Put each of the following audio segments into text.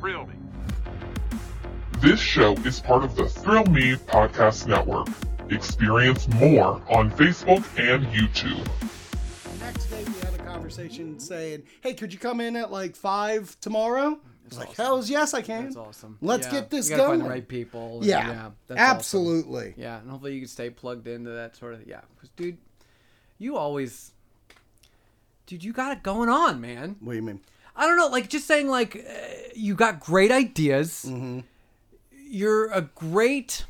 Thrill me. This show is part of the Thrill Me Podcast Network. Experience more on Facebook and YouTube. Next day, we had a conversation saying, "Hey, could you come in at like five tomorrow?" I was like, awesome. "Hell's yes, I can." That's awesome. Let's Yeah. get this you gotta going. Find the right people. Yeah, that's awesome. absolutely. Yeah, and hopefully you can stay plugged into that sort of yeah. 'Cause, dude, you always, dude, you got it going on, man. What do you mean? I don't know, like just saying, like uh, you got great ideas. Mm-hmm. You're a great.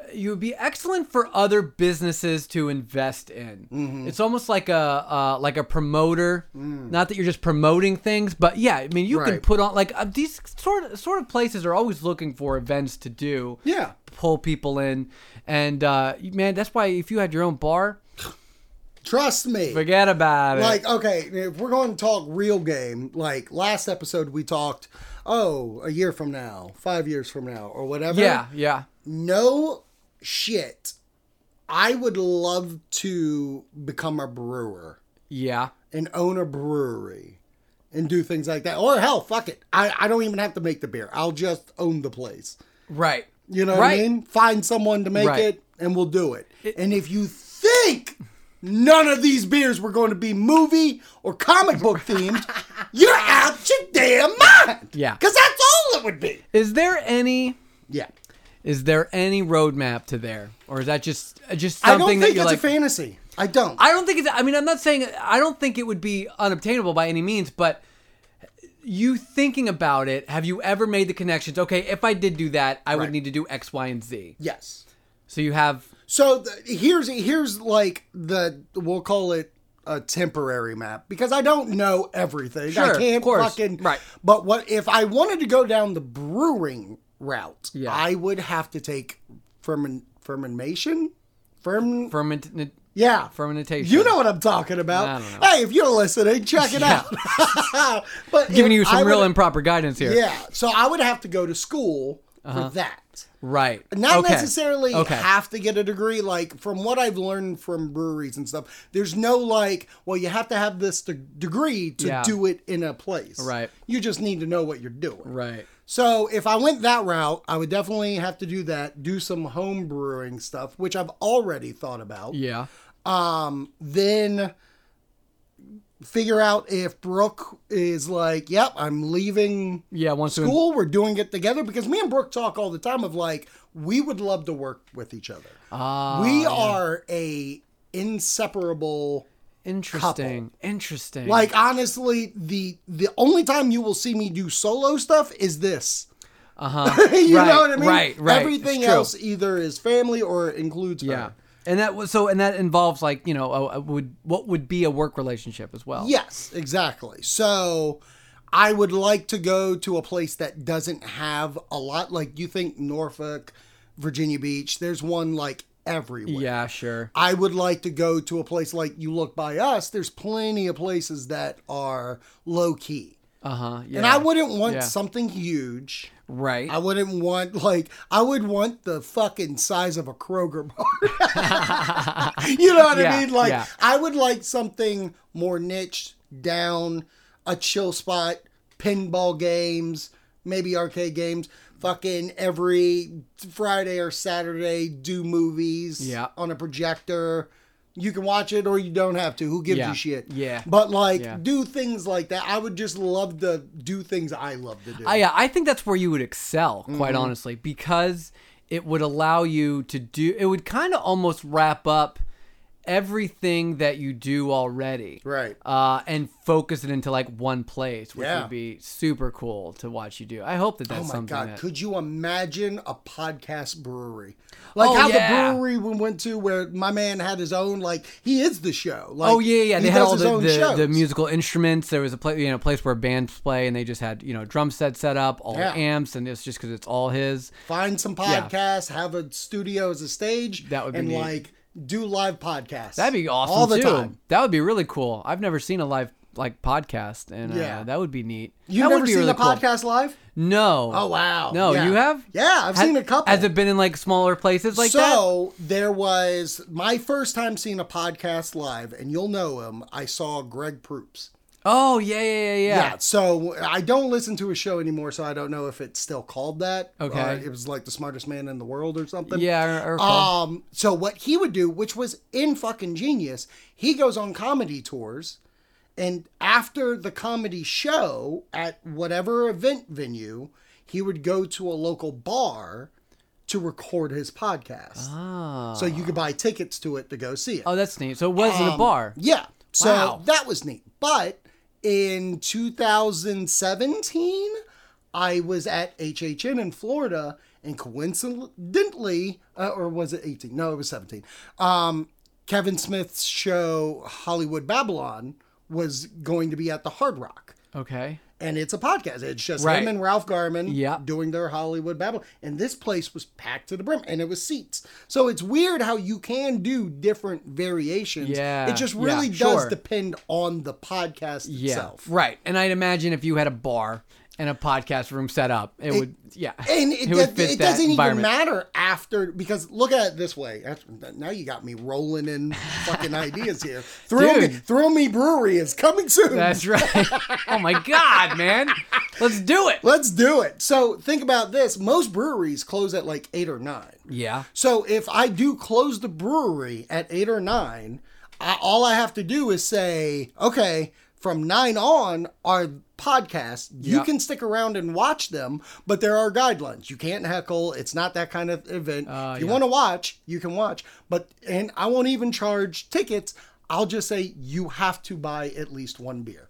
uh, You would be excellent for other businesses to invest in. Mm-hmm. It's almost like a uh, like a promoter. Not that you're just promoting things, but yeah, I mean, you can Mm. Right. put on like uh, these sort of sort of places are always looking for events to do Yeah, pull people in. And uh, man, that's why if you had your own bar, trust me. forget about it. like okay if we're going to talk real game like last episode we talked oh a year from now five years from now or whatever yeah, yeah, no shit i would love to become a brewer yeah, and own a brewery and do things like that or hell fuck it i, I don't even have to make the beer i'll just own the place right. you know what Right. I mean? Find someone to make Right. it, and we'll do it. And if you think none of these beers were going to be movie or comic book themed, you're out your damn mind. Yeah. because that's all it would be. Is there any? Yeah, Is there any roadmap to there, or is that just uh, just I don't something that think you're it's like? a fantasy. I don't. I don't think it's. I mean, I'm not saying I don't think it would be unobtainable by any means, but you thinking about it, have you ever made the connections? Okay, if I did do that, I Right. would need to do X, Y, and Z. yes. So you have So th- here's here's like the we'll call it a temporary map because I don't know everything. Sure, I of can't course. fucking Right. But what if I wanted to go down the brewing route? Yeah. I would have to take ferment fermentation. Ferm ferment, yeah. fermentation. You know what I'm talking about. I don't know. Hey, if you're listening, check it out. but giving if you I some real would- improper guidance here. Uh-huh. yeah. So I would have to go to school for that Right. not Okay. necessarily Okay. have to get a degree like from what i've learned from breweries and stuff there's no like well you have to have this de- degree to Yeah. do it in a place Right. you just need to know what you're doing right. so if i went that route i would definitely have to do that do some home brewing stuff which i've already thought about Yeah. um then figure out if brooke is like yep i'm leaving Yeah. Once to- school we're doing it together because me and brooke talk all the time of like we would love to work with each other Ah, we are a inseparable interesting. Interesting. like honestly the the only time you will see me do solo stuff is this uh huh. you Right, know what i mean right, right. everything It's true. else either is family or includes her. yeah. And that was so, and that involves like you know, a, a would what would be a work relationship as well. Yes, exactly. So I would like to go to a place that doesn't have a lot. Like you think Norfolk, Virginia Beach, there's one like everywhere. Yeah. Sure. I would like to go to a place like you look by us. There's plenty of places that are low key. Uh huh. Yeah. And I wouldn't want Yeah. something huge. Right. I wouldn't want like I would want the fucking size of a Kroger bar. you know what I Yeah, mean? Like yeah. I would like something more niche, down, a chill spot, pinball games, maybe arcade games. Fucking every Friday or Saturday, do movies Yeah. on a projector. You can watch it or you don't have to. Who gives Yeah, a shit? yeah. But like, Yeah. do things like that. I would just love to do things I love to do. I, yeah, I think that's where you would excel, Mm-hmm. quite honestly, because it would allow you to do. It would kind of almost wrap up everything that you do already, Right. Uh, and focus it into like one place, which Yeah. would be super cool to watch you do. I hope that that's Oh my something. god! that- Could you imagine a podcast brewery, like Oh, how the yeah. brewery we went to, where my man had his own? Like he is the show. Like, Oh yeah, yeah. he They had does all his the, own the, shows. the musical instruments. There was a place, you know, place where bands play, and they just had you know drum set set up, all Yeah. amps, and it's just because it's all his. Find some Yeah. podcasts, have a studio as a stage. That would be and neat. like do live podcasts. That'd be awesome all the too. time. That would be really cool. I've never seen a live like podcast, and Yeah. uh, that would be neat. You've that never would be seen really a cool. podcast live? No. Oh wow! No, Yeah. you have. Yeah, I've Ha- seen a couple. Has it been in like smaller places like that? so there was my first time seeing a podcast live, and you'll know him. I saw Greg Proops. Oh yeah, yeah, yeah, yeah. So I don't listen to a show anymore, so I don't know if it's still called that. Okay. Uh, it was like the smartest man in the world or something. Yeah, I- I recall. Um. So what he would do, which was in fucking genius, he goes on comedy tours, and after the comedy show at whatever event venue, he would go to a local bar to record his podcast. Ah. So you could buy tickets to it to go see it. oh, that's neat. So it was um, in a bar. Yeah. So Wow. that was neat. But in 2017, I was at HHN in Florida and coincidentally, uh, or was it 18? No, it was 17. Um, Kevin Smith's show, Hollywood Babylon, was going to be at the Hard Rock. Okay. And it's a podcast. It's just Right. him and Ralph Garman Yep. doing their Hollywood Babylon. And this place was packed to the brim and it was seats. So it's weird how you can do different variations. Yeah, It just yeah, really does sure. depend on the podcast Yeah. itself. Right. And I'd imagine if you had a bar and a podcast room set up, it, would. Yeah. And it, It would does- fit it that doesn't even environment. matter after because look at it this way. After- Now you got me rolling in fucking ideas here. Thrill me, Dude. Thrill Me Brewery is coming soon. That's right. oh my God, man. Let's do it. Let's do it. So think about this. Most breweries close at like eight or nine. Yeah. So if I do close the brewery at eight or nine, I, all I have to do is say, okay, from nine on, our podcast, you Yep. can stick around and watch them, but there are guidelines. You can't heckle. It's not that kind of event. Uh, if you yeah. want to watch, you can watch. But, and I won't even charge tickets. I'll just say you have to buy at least one beer.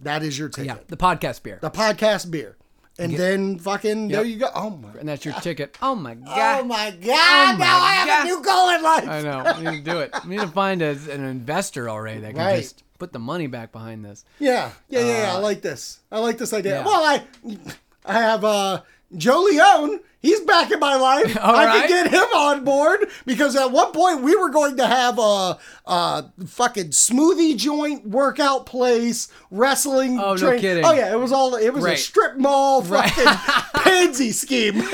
That is your ticket. Hmm. Yeah. The podcast beer. The podcast beer. And then fucking, there you go. Oh my. and that's your ticket. Oh my God. Oh my God. Oh now my I have God. a new goal in life. I know. We need to do it. We need to find a, an investor already that can Right. just put the money back behind this. Yeah, yeah, yeah, yeah. I like this. I like this idea. Uh, yeah. Well, I, I have uh, Joe Leone. He's back in my life. All I right. could get him on board because at one point we were going to have a, a fucking smoothie joint, workout place, wrestling. Oh, no train- kidding. Oh yeah, it was all. It was a Right. strip mall fucking pansy scheme. Did you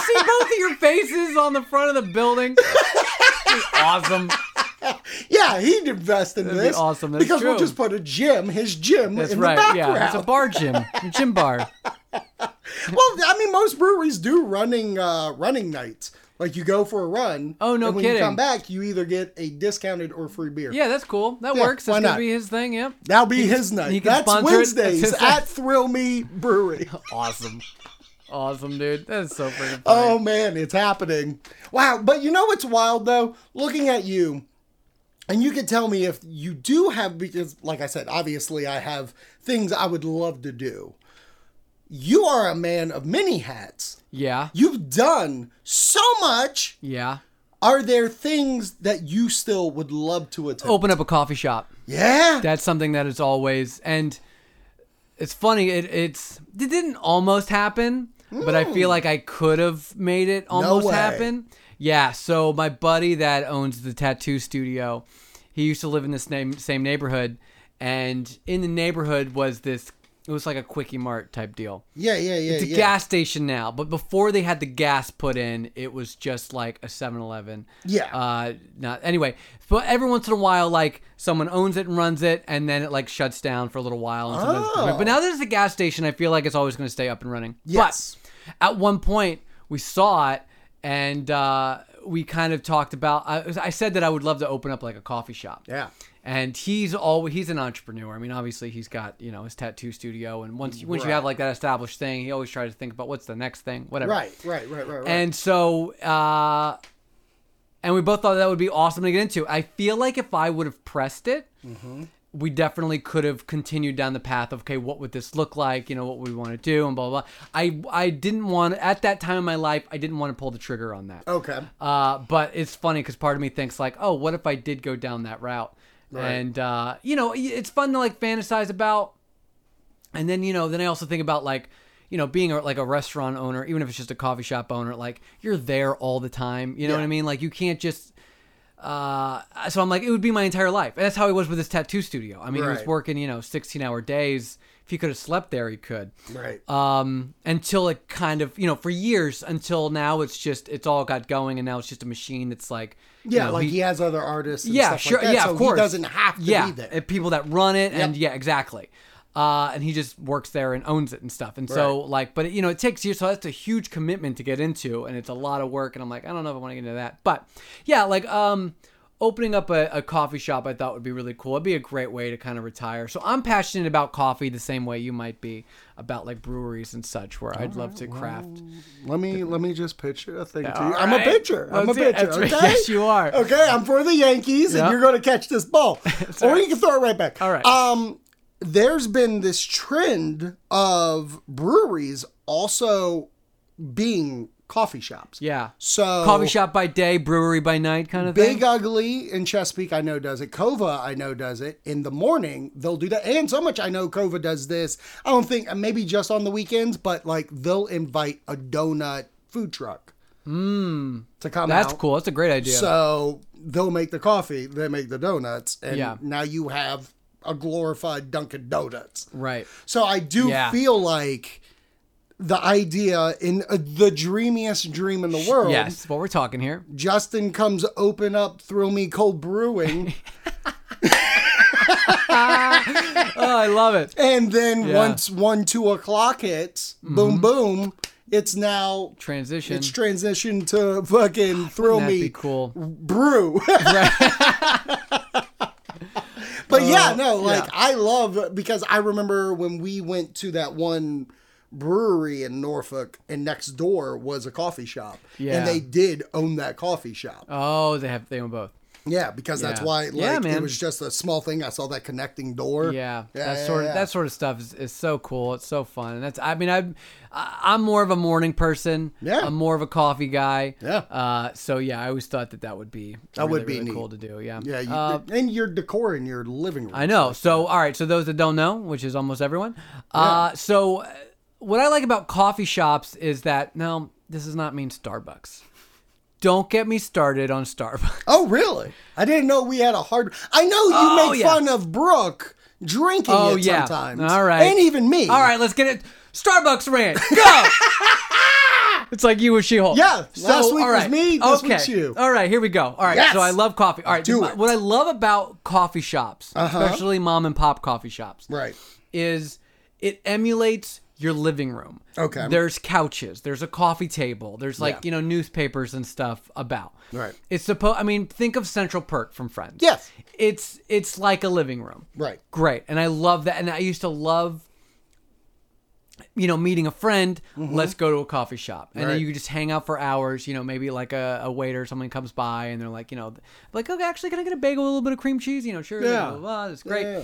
see both of your faces on the front of the building? This is awesome. yeah, he'd invest in be this. awesome. That's because we'll true. just put a gym, his gym, That's in right. the background. Yeah, it's a bar gym, a gym bar. Well, I mean, most breweries do running uh, running nights. Like you go for a run. Oh, no and when kidding. you come back, you either get a discounted or free beer. Yeah, that's cool. That Yeah, works. why That's gonna not? be his thing. Yep. that'll be his he night. can That's sponsor it. Wednesdays That's his at Thrill Me Brewery. Awesome. Awesome, dude. That is so freaking funny. Oh man, it's happening! Wow, but you know what's wild though? Looking at you, and you can tell me if you do have because, like I said, obviously I have things I would love to do. You are a man of many hats. Yeah. You've done so much. Yeah. Are there things that you still would love to attempt? Open up a coffee shop. yeah. That's something Oh, that is always and it's funny. It it's it didn't almost happen, but I feel like I could have made it almost Hmm. way. happen. Yeah. So my buddy that owns the tattoo studio, he used to live in this name, same neighborhood, and in the neighborhood was this. It was like a quickie mart type deal. yeah, yeah, yeah, It's a yeah. gas station now, but before they had the gas put in, it was just like a 7-Eleven. Yeah. Uh, not anyway. But every once in a while, like someone owns it and runs it, and then it like shuts down for a little while. And sometimes it's Oh. But now there's a gas station. I feel like it's always going to stay up and running. Yes. But at one point, we saw it, and uh, we kind of talked about. I, I said that I would love to open up like a coffee shop Yeah. and he's always he's an entrepreneur. I mean, obviously he's got you know his tattoo studio, and once once you have Right. like that established thing, he always tries to think about what's the next thing, whatever. Right, right, right, right, right. And so, uh, and we both thought that would be awesome to get into. I feel like if I would have pressed it, Mm-hmm. we definitely could have continued down the path of okay, what would this look like? You know, what would we want to do, and blah blah. blah. I I didn't want at that time in my life, I didn't want to pull the trigger on that. okay. Uh, but it's funny because part of me thinks like, oh, what if I did go down that route? And uh, you know, y- it's fun to like fantasize about. And then you know, then I also think about like, you know, being a, like a restaurant owner, even if it's just a coffee shop owner, like you're there all the time. You know what I mean? Like you can't just Uh, so I'm like, it would be my entire life. And that's how he was with his tattoo studio. I mean, he was Right. working, you know, 16 hour days. If he could have slept there, he could. Right. Um, until it kind of, you know, for years until now, it's just, it's all got going. And now it's just a machine that's like, you yeah, know, like he- he, has other artists. And yeah, stuff sure, Like that, yeah, so of course. He doesn't have to yeah, be there. and people that run it, and yeah, exactly. Uh, and he just works there and owns it and stuff. And so, like, but you know, it takes years, so that's a huge commitment to get into, and it's a lot of work. And I'm like, I don't know if I want to get into that, but yeah, like, um, opening up a, a coffee shop, I thought would be really cool. It'd be a great way to kind of retire. So I'm passionate about coffee the same way you might be about like breweries and such, where I'd love to craft. Let me let me just pitch a thing to you. All I'm a right. pitcher. I'm a That's it. pitcher. That's Okay? right. Yes, you are. Okay, I'm for the Yankees, Yep. and you're going to catch this ball, or right. you can throw it right back. All right. Um, there's been this trend of breweries also being coffee shops. Yeah, So coffee shop by day, brewery by night, kind of thing. Big Ugly in Chesapeake, I know does it. Cova, I know does it. In the morning, they'll do that. And so much I know Cova does this. I don't think maybe just on the weekends, but like they'll invite a donut food truck to come Hmm. That's out. cool. That's a great idea. So they'll make the coffee, they make the donuts, and Yeah. now you have a glorified Dunkin' Donuts. right. So I do Yeah. feel like the idea in uh, the dreamiest dream in the world. Yes, what we're talking here. Justin comes open up Thrill Me Cold Brewing, Oh, I love it. and then Yeah. Mm-hmm. once one two o'clock hits, boom boom, it's now Transition. it's transitioned to fucking Thrill That'd be Me cool. Brew. but Oh, yeah, no, like I love because I remember when we went to that one brewery in Norfolk, and next door was a coffee shop, Yeah. and they did own that coffee shop. Oh, they have they own both. Yeah, because that's Yeah. why like Yeah, it man. was just a small thing. I saw that connecting door. Yeah, Yeah, that yeah, sort of yeah. that sort of stuff is, is so cool. It's so fun. And that's I mean I'm I- I'm more of a morning person. Yeah. I'm more of a coffee guy. Yeah. Uh, so yeah, I always thought that that would be That really, would be really neat. cool to do. Yeah. Yeah, you, Uh, and your decor in your living room. I know. So, all right. So, those that don't know, which is almost everyone. Uh, so, uh, what I like about coffee shops is that, no, this does not mean Starbucks. Don't get me started on Starbucks. Oh, really? I didn't know we had a hard. I know you Oh, make yeah. fun of Brooke drinking Oh, it yeah. sometimes. All right. and even me. All right, let's get it. Starbucks rant. Go. it's like you with She Hulk. Yeah, last week was me, this week's you. All right. Here we go. All right. Yes. So I love coffee. All right. Do my- it. Uh-huh. What I love about coffee shops, especially mom and pop coffee shops, right. is it emulates your living room. Okay. There's couches. There's a coffee table. There's like Yeah. you know newspapers and stuff about. Right. It's supposed. I mean, think of Central Perk from Friends. Yes. It's it's like a living room. Right. Great. And I love that. And I used to love. You know, meeting a friend, let's go to a coffee shop. And Mm-hmm. Right. then you could just hang out for hours. You know, maybe like a, a waiter, someone comes by and they're like, you know, like, okay, actually, can I get a bagel, a little bit of cream cheese? You know, sure. Yeah. Blah, blah, blah. It's great. Yeah.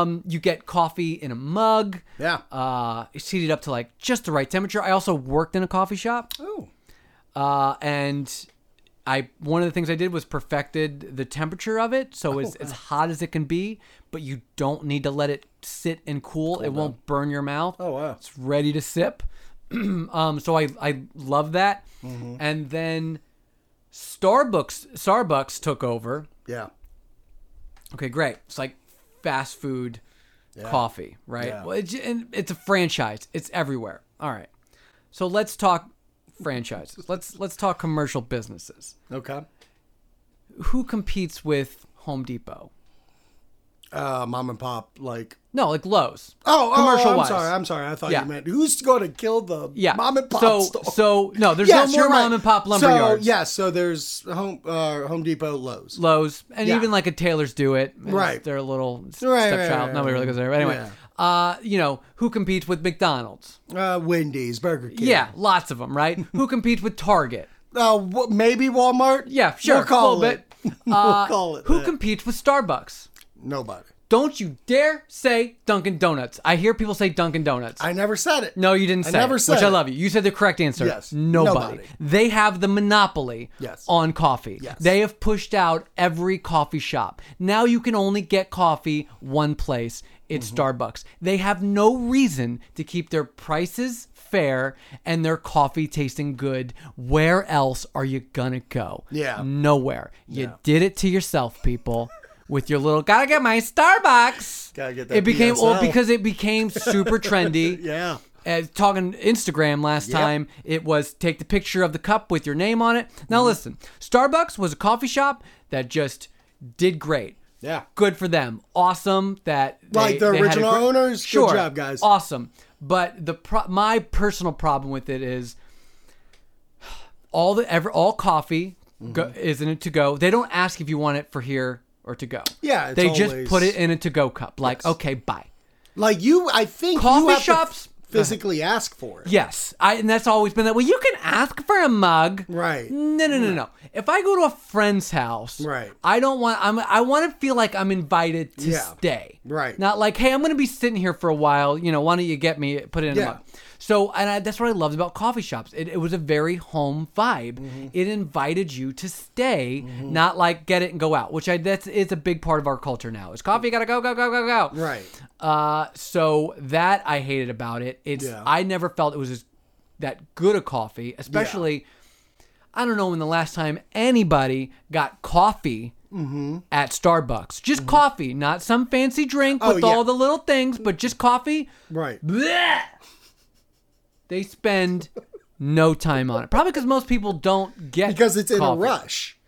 Um, you get coffee in a mug. Yeah. Uh, it's heated up to like just the right temperature. I also worked in a coffee shop. Oh. Uh, and I one of the things I did was perfected the temperature of it, Oh, so it's as hot as it can be, but you don't need to let it sit and cool. it won't burn your mouth. Oh wow. It's ready to sip. um, so I I love that. Mm-hmm. And then Starbucks Starbucks took over. Yeah. Okay, great. It's like fast food coffee, right? Yeah. Well, it, and it's a franchise. It's everywhere. All right. So let's talk franchises. let's let's talk commercial businesses. Okay. Who competes with Home Depot? Uh, mom and pop like. No, like Lowe's. Oh, Commercial Oh, I'm wise. sorry. I'm sorry. I thought Yeah. you meant who's going to kill the Yeah. mom and pop so, store. So no, there's yes, no more you're right. mom and pop lumber so, yards. Yes. So there's Home uh, Home Depot, Lowe's. Lowe's, and Yeah. even like a Taylor's do it. It's Right. Their little s- Right, right, stepchild. right, Nobody right. really goes there. But anyway, Yeah. uh, you know who competes with McDonald's? Uh, Wendy's, Burger King. yeah lots of them, right? who competes with Target? Uh, wh- maybe Walmart. Yeah, sure. We'll call a little it. bit. Uh, call it Who that. competes with Starbucks? Nobody. Don't you dare say Dunkin' Donuts. I hear people say Dunkin' Donuts. I never said it. no, you didn't I say. never it, said Which I it. love you. You said the correct answer. Yes. Nobody. Nobody. They have the monopoly Yes. on coffee. Yes. They have pushed out every coffee shop. Now you can only get coffee one place. It's Mm-hmm. Starbucks. They have no reason to keep their prices fair and their coffee tasting good. Where else are you gonna go? Yeah. Nowhere. You did it to yourself, people. With your little gotta get my Starbucks. Gotta get that It became well PSL. because it became super trendy. Yeah. Uh, talking Instagram last time, it was take the picture of the cup with your name on it. Now Mm-hmm. listen, Starbucks was a coffee shop that just did great. Yeah. Good for them. Awesome that they- Like the they had a original gr- owners? Good Sure. job, guys. Awesome. But the pro- my personal problem with it is all the ever all coffee Mm-hmm. go, isn't it to go. They don't ask if you want it for here or to go. Yeah, it's they just always- put it in a to go cup. Like okay, bye. Like you, I think you Coffee have shops- to physically ask for it. Yes, I and that's always been that. Well, you can ask for a mug. Right. No, no, no, no. If I go to a friend's house, Right. I don't want. I'm. I want to feel like I'm invited to Yeah. stay. Right. Not like, hey, I'm going to be sitting here for a while. You know, why don't you get me put it in Yeah. a mug? So, and I, that's what I loved about coffee shops. It, it was a very home vibe. Mm-hmm. It invited you to stay, not like get it and go out, which I that's it's a big part of our culture now. Is coffee got to go go go go go. Right. Uh, so that I hated about it. It's Yeah. I never felt it was as, that good a coffee, especially. I don't know when the last time anybody got coffee Mm-hmm. at Starbucks. Just coffee, not some fancy drink Oh, with yeah. all the little things, but just coffee. Right. Blech! They spend no time on it. Probably because most people don't get Because it's in coffee. a rush.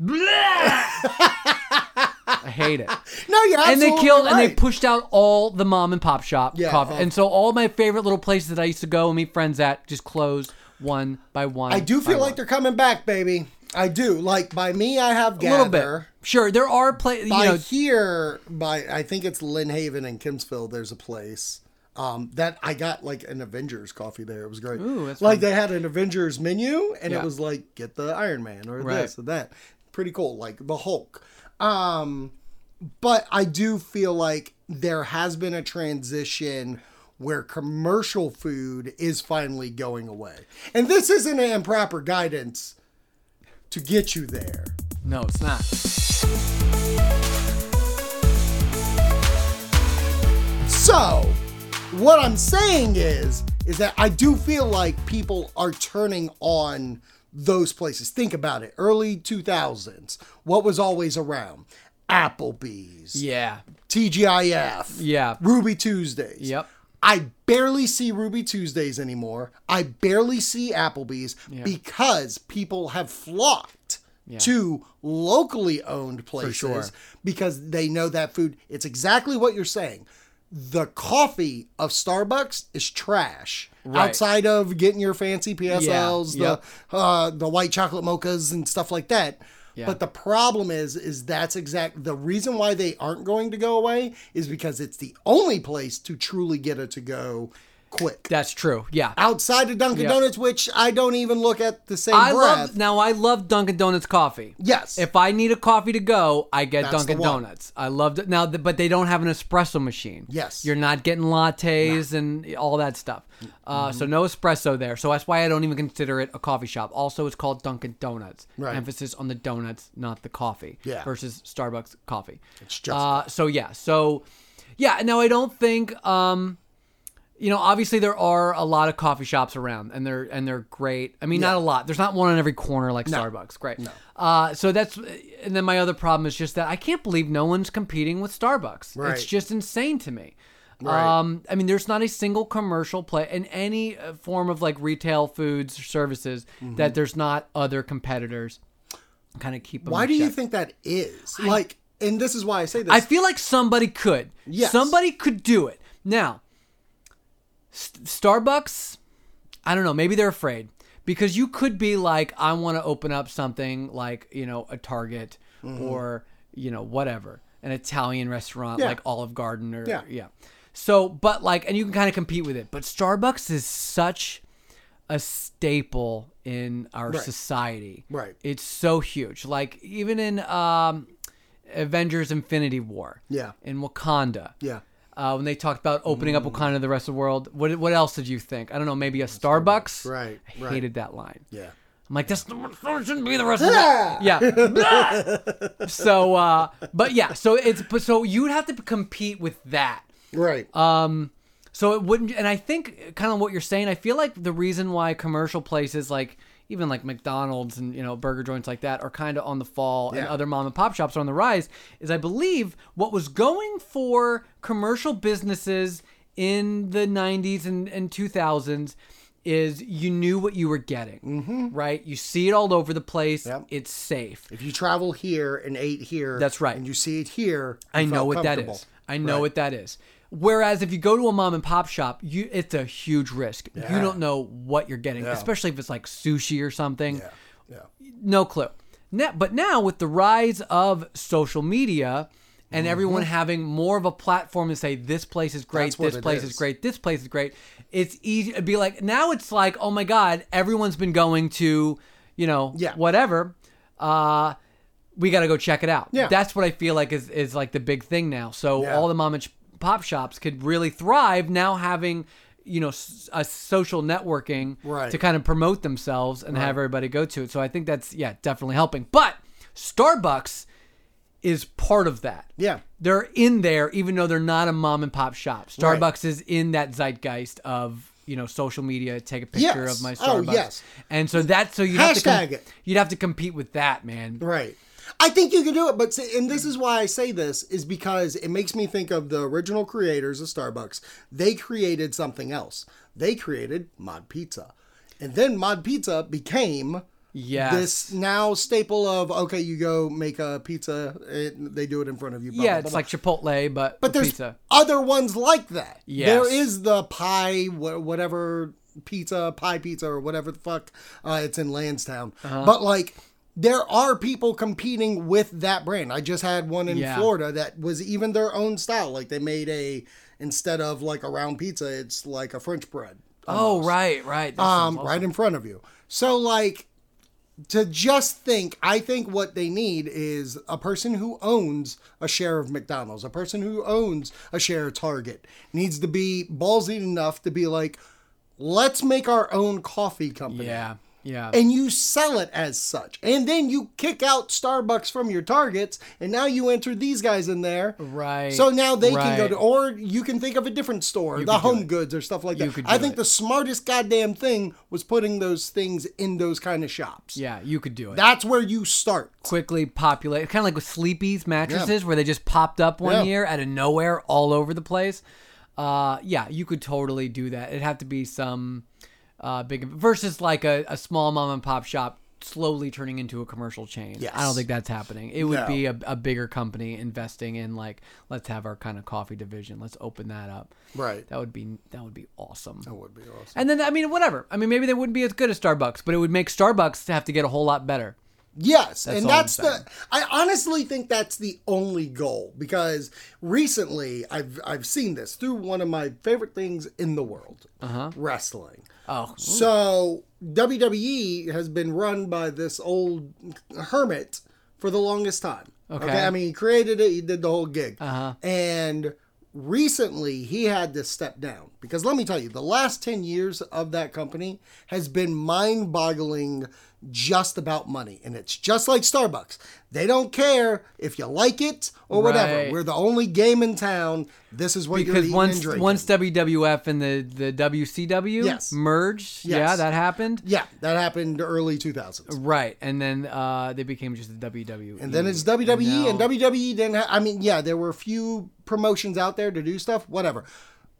Blech! I hate it No, you're and absolutely they killed and they right. pushed out all the mom and pop shop Yeah, coffee. uh, and so all my favorite little places that I used to go and meet friends at just closed one by one. I do feel like they're coming back, baby. I do. Like by me, I have a gather. little bit. Sure, there are places. You By know, here, by I think it's Lynn Haven and Kimsville. There's a place um, that I got like an Avengers coffee there. It was great. Ooh, that's like fun. they had an Avengers menu, and Yeah. it was like get the Iron Man or Right. this or that. Pretty cool, like the Hulk. Um, but I do feel like there has been a transition where commercial food is finally going away, and this isn't an improper guidance to get you there. no, it's not. So, what I'm saying is, is that I do feel like people are turning on those places. Think about it. Early 2000s, what was always around? Applebee's, Yeah, TGIF, Yeah. Ruby Tuesdays. Yep. I barely see Ruby Tuesdays anymore. I barely see Applebee's because people have flocked to locally owned places sure. because they know that food. It's exactly what you're saying. The coffee of Starbucks is trash. Right. Outside of getting your fancy PSLs, the yep. uh, the white chocolate mochas and stuff like that. Yeah. But the problem is, is that's exact the reason why they aren't going to go away is because it's the only place to truly get it to go quick. that's true. Yeah. Outside of Dunkin' Yeah. Donuts, which I don't even look at the same I breath. love now. I love Dunkin' Donuts coffee. yes. If I need a coffee to go, I get That's the Dunkin' one. Donuts. I loved it. Now, th- but they don't have an espresso machine. Yes. You're not getting lattes and all that stuff. Uh, So, no espresso there. So, that's why I don't even consider it a coffee shop. Also, it's called Dunkin' Donuts. Right. Emphasis on the donuts, not the coffee. Yeah. Versus Starbucks coffee. It's just- Uh, so, yeah. So, yeah. Now, I don't think. Um, you know, obviously there are a lot of coffee shops around, and they're and they're great. I mean, not a lot. There's not one on every corner like Starbucks. Great. Uh, so that's and then my other problem is just that I can't believe no one's competing with Starbucks. Right. It's just insane to me. Right. Um, I mean, there's not a single commercial play in any uh, form of like retail foods or services Mm-hmm. that there's not other competitors. Kind of keep. 'em why in do you check. think that is? like, and this is why I say this. I feel like somebody could. Yes. Somebody could do it. Now, S- Starbucks, I don't know, maybe they're afraid because you could be like, I want to open up something like, you know, a Target Mm-hmm. or, you know, whatever, an Italian restaurant Yeah. like Olive Garden or, Yeah. yeah. So, but like, and you can kind of compete with it, but Starbucks is such a staple in our society. Right. It's so huge. Like even in um Avengers Infinity War. Yeah. In Wakanda. Yeah. Mm. Uh, when they talked about opening up Wakanda to the rest of the world, what what else did you think? I don't know, maybe a Starbucks. Right, I right. hated that line. Yeah. I'm like, this shouldn't be the rest of the Yeah. so, uh, but yeah, so it's but so you'd have to compete with that. Right. Um, so it wouldn't, and I think kind of what you're saying. I feel like the reason why commercial places like even like McDonald's and you know burger joints like that are kind of on the fall, and Yeah. other mom and pop shops are on the rise, is I believe what was going for commercial businesses in the 90s and, and 2000s is you knew what you were getting right you see it all over the place Mm-hmm. Yep. it's safe if you travel here and ate here, That's right. And you see it here, you I know felt what that comfortable. is. I know what that is. Whereas if you go to a mom and pop shop, you it's a huge risk. You don't know what you're getting, especially if it's like sushi or something. Yeah. Yeah. No clue. Now, but now with the rise of social media and Mm-hmm. everyone having more of a platform to say this place is great, That's what this it place is. is great, this place is great, it's easy to be like now it's like oh my god, everyone's been going to you know Yeah. whatever. Uh, we got to go check it out. Yeah. That's what I feel like is, is like the big thing now. So Yeah. all the mom and sh- pop shops could really thrive now having, you know, s- a social networking Right. to kind of promote themselves and have everybody go to it. So I think that's, yeah, definitely helping. But Starbucks is part of that. Yeah. They're in there, even though they're not a mom and pop shop. Right. Starbucks is in that zeitgeist of, you know, social media, take a picture Yes. of my Oh, Starbucks. yes. And so that's, so you'd have, to Hashtag it. you'd have to compete with that, man. Right. I think you can do it, but see, and this is why I say this is because it makes me think of the original creators of Starbucks. They created something else. They created Mod Pizza, and then Mod Pizza became Yes. this now staple of okay, you go make a pizza, and they do it in front of you. blah, Yeah, blah, it's blah, like Chipotle, but, But with there's pizza. other ones like that. Yes. There is the pie, wha- whatever pizza, pie pizza, or whatever the fuck. Uh, it's in Lansdowne. Uh-huh. But like, there are people competing with that brand. I just had one in Yeah. Florida that was even their own style. Like they made a instead of like a round pizza, it's like a French bread. Oh right, right. That sounds Um, awesome. right in front of you. So like. To just think, I think what they need is a person who owns a share of McDonald's, a person who owns a share of Target, needs to be ballsy enough to be like, let's make our own coffee company. Yeah, yeah. And you sell it as such. And then you kick out Starbucks from your Targets, and now you enter these guys in there. Right, So now they can go right. to, or you can think of a different store, the could do Home it. Goods or stuff like that. You could I do think it. the smartest goddamn thing was putting those things in those kind of shops. yeah, you could do it. That's where you start. Quickly populate, kind of like with Sleepy's mattresses, where they just popped up one Yeah. year out of nowhere, all over the place. Uh, yeah, you could totally do that. It'd have to be some uh, big versus like a, a small mom and pop shop slowly turning into a commercial chain. I Yes. don't think that's happening. It would No. be a, a bigger company investing in like, let's have our kind of coffee division. Let's open that up. Right. That would be that would be awesome. That would be awesome. And then I mean, whatever. I mean, maybe they wouldn't be as good as Starbucks, but it would make Starbucks to have to get a whole lot better. Yes, and all I'm that's the. I honestly think that's the only goal because recently I've I've seen this through one of my favorite things in the world, uh-huh. wrestling. Oh, So WWE has been run by this old hermit for the longest time. Okay. I mean, he created it. He did the whole gig. Uh-huh. And recently, he had to step down because let me tell you, the last ten years of that company has been mind-boggling, just about money. And it's just like Starbucks. They don't care if you like it or whatever. Right. We're the only game in town. This is what you're because eating and once drinking. once WWF and the the WCW Yes. merged, yeah, Yes. that happened. yeah, that happened early two thousands. Right, and then uh, they became just the E. WWE. And then it's WWE, and, now- WWE didn't. Ha- I mean, yeah, there were a few promotions out there to do stuff, whatever.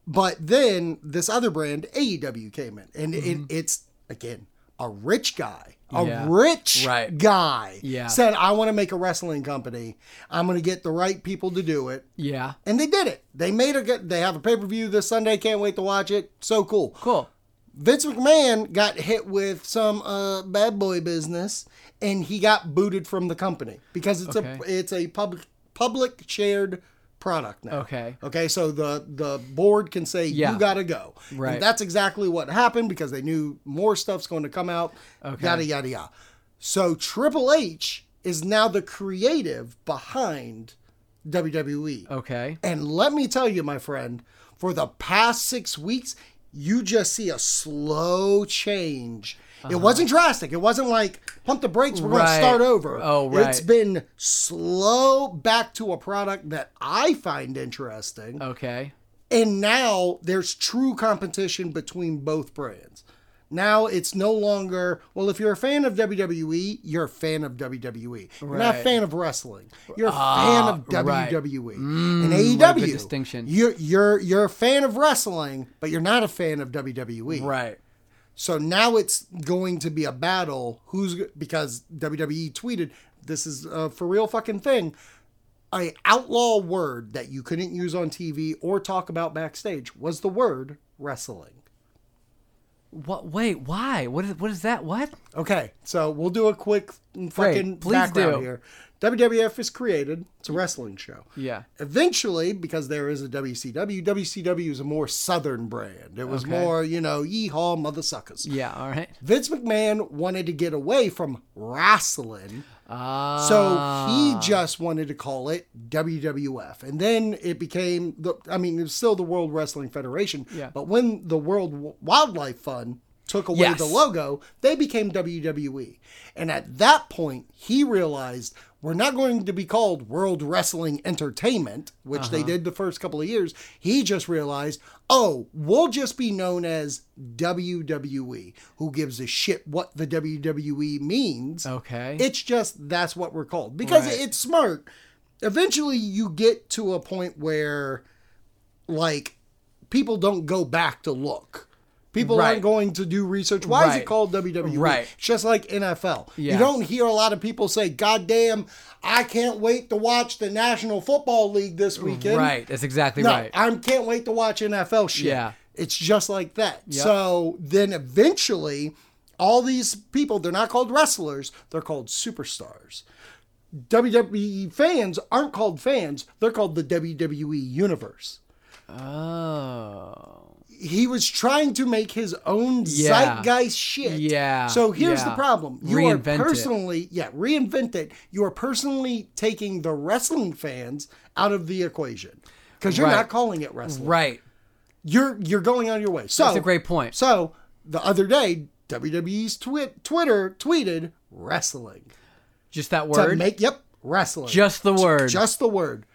But then this other brand, AEW, came in, and it, it's again a rich guy, a Mm-hmm. Yeah. rich Right. guy, Yeah. said, "I want to make a wrestling company. I'm going to get the right people to do it." yeah, And they did it. They made a good. They have a pay per view this Sunday. Can't wait to watch it. So cool. cool. Vince McMahon got hit with some uh, bad boy business, and he got booted from the company because it's Okay. a it's a public public shared product now. Okay. Okay. So the the board can say Yeah. you gotta go. And Right. that's exactly what happened because they knew more stuff's going to come out. Okay. Yada yada yada. So Triple H is now the creative behind E. WWE. Oh, Okay. And let me tell you, my friend, for the past six weeks, you just see a slow change. It wasn't drastic. It wasn't like pump the brakes, we're Uh-huh. Right. going to start over. Oh, right. It's been slow back to a product that I find interesting. Okay. And now there's true competition between both brands. Now it's no longer, well, if you're a fan of WWE, you're a fan of WWE. You're not a Right. fan of wrestling. You're a fan of Ah, right. Mm, WWE. and what a AEW, good distinction. You're, you're, you're a fan of wrestling, but you're not a fan of E. WWE. Right. So now it's going to be a battle. Who's because WWE tweeted this is a for real fucking thing. A outlaw word that you couldn't use on TV or talk about backstage was the word wrestling. What? Wait. Why? What is? What is that? What? Okay, so we'll do a quick fucking Please background do. here. WWF is created. It's a wrestling show. Yeah. Eventually, because there is a WCW, WCW is a more southern brand. It was Okay. more, you know, yeehaw mother suckers. Yeah. All right. Vince McMahon wanted to get away from wrestling, Ah. so he just wanted to call it WWF. And then it became the I mean, it was still the World Wrestling Federation, Yeah. but when the World W- Wildlife Fund took away Yes. the logo, they became WWE. And at that point, he realized we're not going to be called World Wrestling Entertainment, which they did the first couple of years. He just realized, oh, we'll just be known as WWE. Who gives a shit what the WWE means? Okay. It's just that's what we're called because Right. it's smart. Eventually, you get to a point where, like, people don't go back to look. People Right. aren't going to do research. Why is it Right. called WWE? Right. It's just like NFL. Yeah. You don't hear a lot of people say, "God damn, I can't wait to watch the National Football League this weekend." right. That's exactly No, right. I can't wait to watch NFL shit. Yeah. It's just like that. So then eventually, all these people, they're not called wrestlers, they're called superstars. WWE fans aren't called fans, they're called the WWE Universe. oh. He was trying to make his own Yeah. zeitgeist shit. Yeah, So here's yeah. the problem. You Reinvent it. are personally, yeah, reinvent it. You are personally taking the wrestling fans out of the equation because you're Right. not calling it wrestling Right. you're you're going on your way. So That's a great point. So the other day, WWE's twi- Twitter tweeted wrestling Just that to word. make yep wrestling just the word. just the word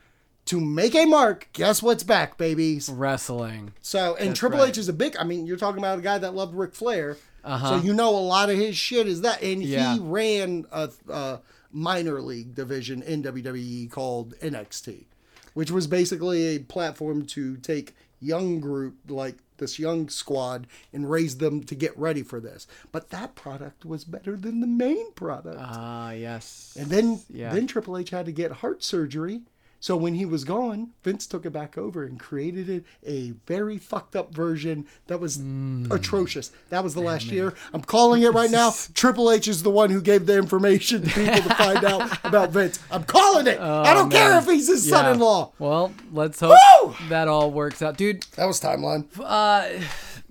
to make a mark. Guess what's back, babies? wrestling. So and Triple right. H is a big. I mean, you're talking about a guy that loved Ric Flair. Uh-huh. So you know a lot of his shit is that, and Yeah. he ran a, a minor league division in WWE called NXT, which was basically a platform to take young group like this young squad and raise them to get ready for this. But that product was better than the main product. Ah. yes. And then Yeah. then Triple H had to get heart surgery. So when he was gone, Vince took it back over and created it a very fucked up version that was Mm. atrocious. That was the last year. I'm calling it right now. Triple H is the one who gave the information to people to find out about Vince. I'm calling it. I don't care Oh, man. if he's his Yeah. son-in-law. Well, let's hope Woo! that all works out, dude. That was timeline. Uh,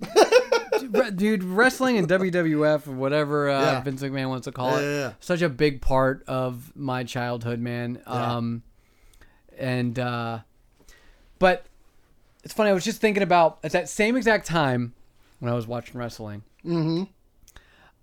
re- dude, wrestling and WWF or whatever uh, Yeah. Vince McMahon wants to call it, Yeah, yeah, yeah. such a big part of my childhood, man. Um, and uh, but it's funny. I was just thinking about at that same exact time when I was watching wrestling. Mm-hmm.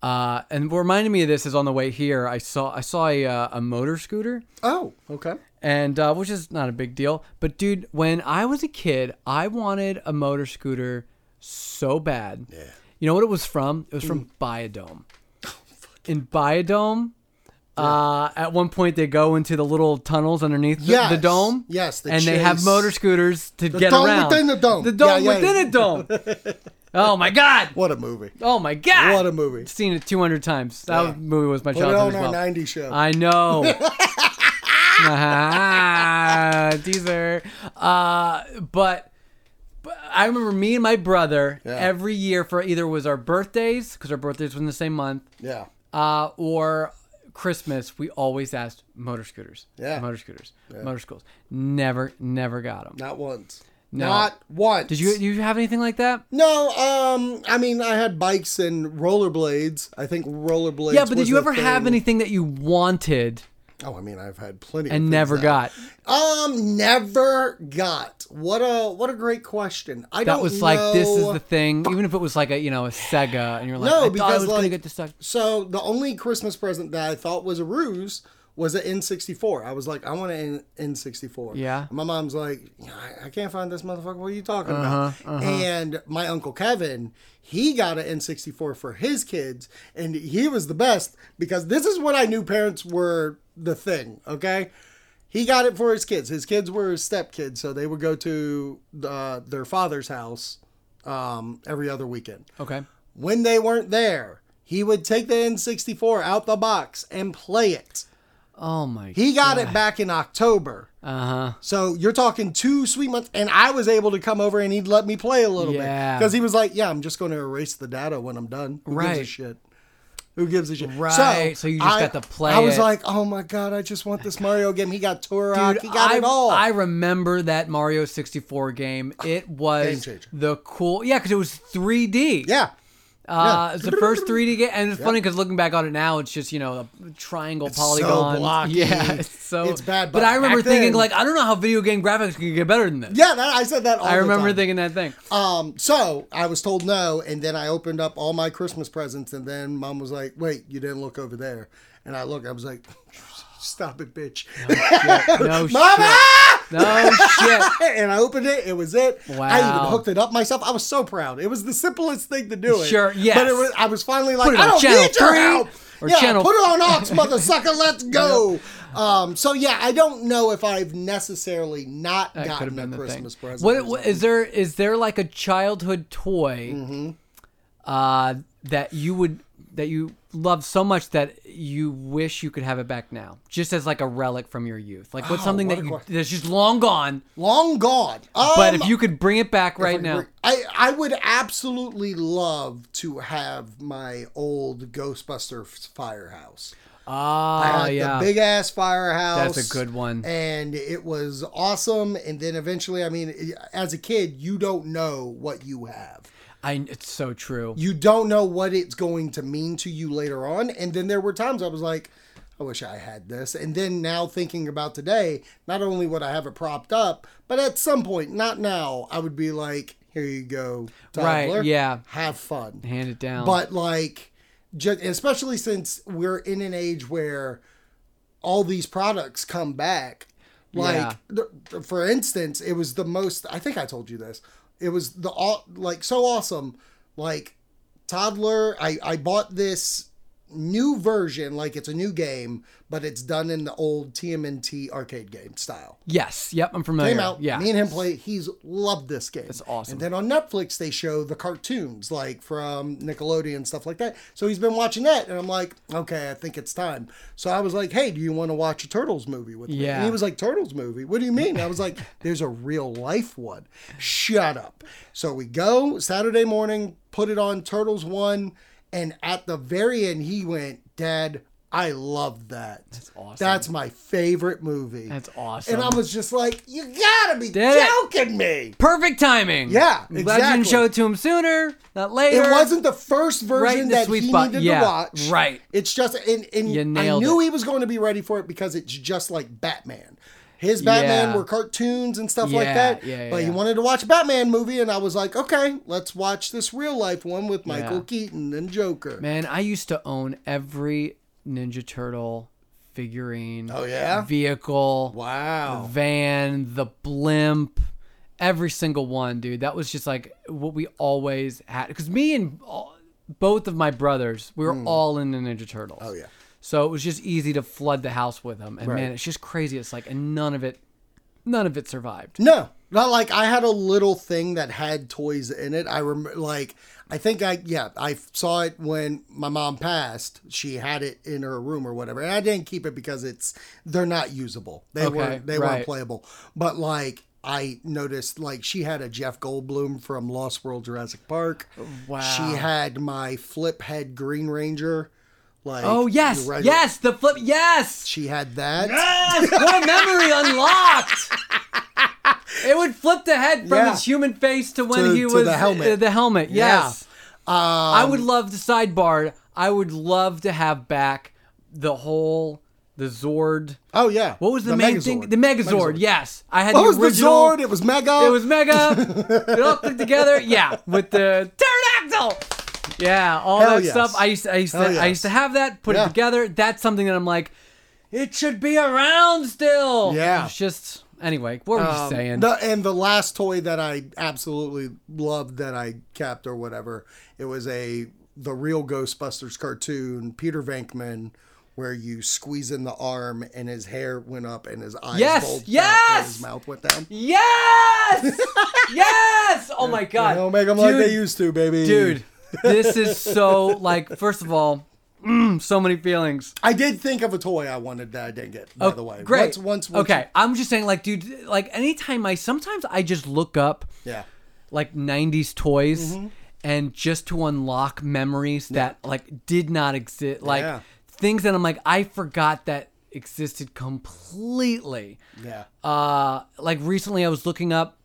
Uh, and what reminded me of this is on the way here. I saw I saw a uh, a motor scooter Oh, okay. and uh, which is not a big deal. But dude, when I was a kid, I wanted a motor scooter so bad. Yeah. You know what it was from? It was from Mm. Biodome. Oh, In Biodome, uh, at one point they go into the little tunnels underneath the, Yes. the dome. Yes, they and they have chase- motor scooters to get dome around. within the dome. The dome Yeah, yeah. within a dome. oh my god! What a movie. Oh my god! What a movie. Seen it 200 times. That Yeah. movie was my Put it childhood on as well. our 90 show. I know. Ah, Teaser. Uh, but, but I remember me and my brother Yeah. every year for either was our birthdays because our birthdays were in the same month, yeah. uh, or Christmas. We always asked motor scooters. Yeah. motor scooters, motor schools. Never, never got them. Not once. No. Not once. Did you? You have anything like that? No, um, I mean, I had bikes and rollerblades. I think rollerblades. yeah, but was did you a ever have thing. anything that you wanted Oh, I mean, I've had plenty. of and things never that- got. Um, never got. What a what a great question. I That don't was like this is know- the thing. Even if it was like a you know a Sega, and you're like, No, I thought I because, was gonna like- get this. Like, So the only Christmas present that I thought was a ruse was an N64. I was like, I want an N- N64. Yeah. My mom's like, I, I can't find this motherfucker. What are you talking Uh-huh, about? And my uncle Kevin, he got an N64 for his kids, and he was the best because this is when I knew parents were the thing. Okay. He got it for his kids. His kids were his stepkids, so they would go to uh, their father's house um, every other weekend okay, when they weren't there, he would take the N64 out the box and play it. oh my. He got it back in October. Uh huh. So you're talking two sweet months, and I was able to come over and he'd let me play a little Yeah. bit because he was like, "Yeah, I'm just going to erase the data when I'm done. Who gives a Right. shit? Who gives a shit?" Right, so you just I- got to play I was it. like, "Oh my god, I just want this Mario game." He got Turok. Dude, he got I, it all. I remember that Mario 64 game. It was changer. the cool, yeah, because it was 3D. yeah. uh, it's the first 3D game, and it's funny because looking back on it now, it's just you know a triangle polygon. blocky. Yeah, it's so It's bad, But, but I remember back then- thinking like, I don't know how video game graphics can get better than this. Yeah, that, I said that all I the remember time. thinking that thing. Um, so I was told no, and then I opened up all my Christmas presents, and then mom was like, "Wait, you didn't look over there." And I looked, I was like, "Stop it, bitch, No mama!" shit. No shit. and I opened it. It was it. I even Wow. hooked it up myself. I was so proud. It was the simplest thing to do. It. Sure, yeah. yes. But it was. I was finally like, Put it I on don't channel need your three help. or yeah, channel- put it on aux, motherfucker. Let's go. Um, so yeah, I don't know if I've necessarily not That could have gotten a been the Christmas thing. present. What, or what is there? Is there like a childhood toy Mm-hmm. uh, that you would that you love so much that you wish you could have it back now, just as like a relic from your youth? Like what's Oh, something what that a you question. that's just long gone, long gone. Um, but if you could bring it back right now, I, I would absolutely love to have my old Ghostbuster firehouse. ah, I had yeah, The big ass firehouse. That's a good one. And it was awesome. And then eventually, I mean, as a kid, you don't know what you have. I, it's so true. You don't know what it's going to mean to you later on. And then there were times I was like, I wish I had this. And then now thinking about today, not only would I have it propped up, but at some point, not now, I would be like, here you go, Right, toddler. yeah. Have fun Hand it down. but like just especially since we're in an age where all these products come back like Yeah. th- th- for instance it was the most i think i told you this it was the all like so awesome like toddler i i bought this new version like it's a new game but it's done in the old tmnt arcade game style yes, yep, I'm familiar. came out. yeah, Me and him play. He's loved this game. That's awesome. And then on Netflix, they show the cartoons like from Nickelodeon stuff like that. So he's been watching that, and I'm like, okay, I think it's time. So I was like, hey, do you want to watch a Turtles movie with me? Yeah. And he was like, Turtles movie? What do you mean? I was like, there's a real life one. Shut up. So we go Saturday morning, put it on Turtles one, and at the very end, he went, Dad. I love that. That's awesome. That's my favorite movie. that's awesome. And I was just like, you gotta be Did it. joking me. Perfect timing. Yeah, I'm Glad you exactly. didn't show it to him sooner, not later. It wasn't the first Right version in the that sweet he spot. needed Yeah, to watch. right. It's just, and, and You I nailed knew he was going to be ready for it because it's just like Batman. His Batman Yeah. were cartoons and stuff like Yeah, that. yeah, yeah, but he yeah. wanted to watch a Batman movie, and I was like, okay, let's watch this real life one with Michael Yeah. Keaton and Joker. Man, I used to own every Ninja Turtle figurine. Oh, yeah? Vehicle. The Wow. van, the blimp, every single one, dude. That was just like what we always had. Because me and all, both of my brothers, we were all in the Ninja Turtles. Hmm. Oh, yeah. So it was just easy to flood the house with them. And man, it's just crazy. It's like, and none of it, none of it survived. No, not like I had a little thing that had toys in it. I remember, like, I think I, yeah, I saw it when my mom passed. She had it in her room or whatever, and I didn't keep it because it's they're not usable. They Okay, weren't they right. weren't playable. But like. I noticed like she had a Jeff Goldblum from Lost World Jurassic Park. Wow. She had my flip head Green Ranger. Like Oh, yes. the regu- Yes. The flip. Yes. She had that. Yes, one memory unlocked. It would flip the head from Yeah. his human face to when To- he to was the helmet. uh, the helmet. Yeah. Um, Yes, I would love the sidebar. I would love to have back the whole the Zord. Oh yeah. What was the, main Megazord. thing? The Megazord. Yes, I had What the was original. the Zord? Oh, It was Mega. It was Mega. it all clicked together. Yeah, with the pterodactyl. Yeah, all Hell that yes. stuff. I used to, I used to, Hell I yes. used to have that. Put Yeah. it together. That's something that I'm like, it should be around still. Yeah. Um, It's just anyway. What were you saying? The, and the last toy that I absolutely loved that I kept or whatever, it was a the real Ghostbusters cartoon, Peter Venkman, where you squeeze in the arm and his hair went up and his eyes Yes, bulged out yes! and his mouth went down. yes. yes. Oh my They god. don't make them like Dude, they used to, baby. dude. This is so like. First of all, mm, so many feelings. I did think of a toy I wanted that I didn't get. By the way, Oh, Great. Once, once, once okay, I'm just saying, like, dude, like, anytime I sometimes I just look up yeah. like 90s toys Mm-hmm. and just to unlock memories that like did not exist, like Yeah. things that I'm like, I forgot that existed completely. Yeah. Uh, like recently I was looking up.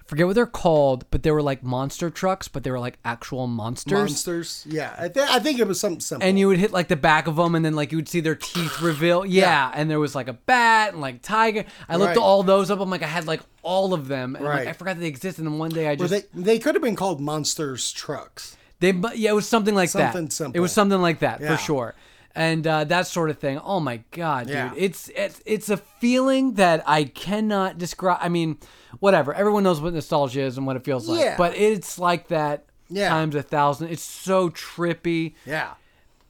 I Forget what they're called, but they were like monster trucks, but they were like actual monsters. Monsters. Yeah. I, th- I think it was something simple. and you would hit like the back of them, and then like you would see their teeth reveal. Yeah, and there was like a bat and like tiger. I looked Right. all those up. I'm like, I had like all of them, and like, Right. I forgot they existed. And then one day I Or just they they could have been called monsters trucks. they bu- yeah, it was something like Something that. It simple. was something like that Yeah. for sure, and uh, that sort of thing. Oh my god, dude, Yeah. it's, it's it's a feeling that I cannot describe. I mean, whatever. Everyone knows what nostalgia is and what it feels like, Yeah. but it's like that Yeah. times a thousand. It's so trippy. Yeah.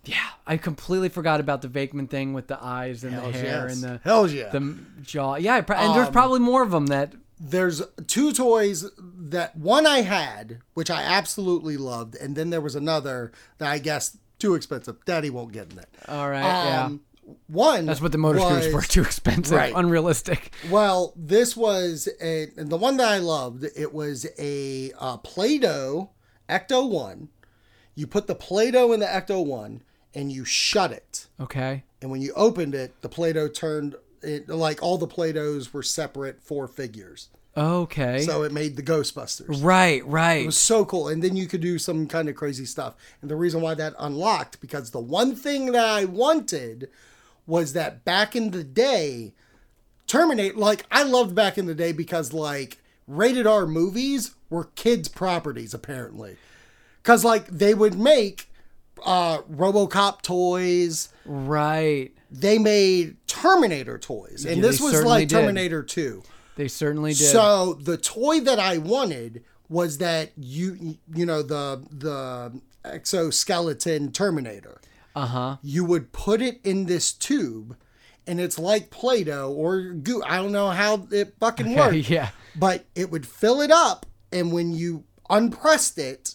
Yeah, I completely forgot about the Vakeman thing with the eyes and Hells the hair yes. Um, and the Hells yeah. the m- jaw. Yeah, I pro- and there's probably more of them that there's two toys that one I had, which I absolutely loved, and then there was another that I guess too expensive. Daddy won't get in it. all right. Uh, yeah, Um, One. that's what the motor scooters was- were too expensive, Right. unrealistic. Well, this was a, and the one that I loved. It was a uh, Play-Doh Ecto One. You put the Play-Doh in the Ecto One, and you shut it. Okay. And when you opened it, the Play-Doh turned it like all the Play-Dohs were separate four figures. Okay. So it made the Ghostbusters. Right, right. was so cool. And then you could do some kind of crazy stuff. And the reason why that unlocked, because the one thing that I wanted was that back in the day, Terminate, like, I loved back in the day because, like, rated R movies were kids' properties, apparently. Because, like, they would make uh, Robocop toys, right. they made Terminator toys. And Yeah, this they was, certainly like, did. Terminator 2. They certainly did. So the toy that I wanted was that you you know the the exoskeleton Terminator. uh huh. You would put it in this tube, and it's like Play-Doh or goo. I don't know how it fucking worked, yeah. but it would fill it up, and when you unpressed it,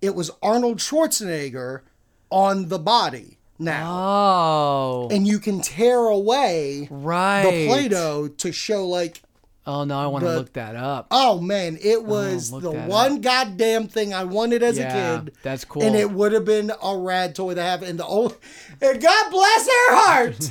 it was Arnold Schwarzenegger on the body now, Oh. and you can tear away Right. the Play-Doh to show like Oh no, I want to the- look that up. Oh man, it was look the that one goddamn thing I wanted as Yeah, a kid. that's cool. And it would have been a rad toy to have. And the old, and God bless her heart,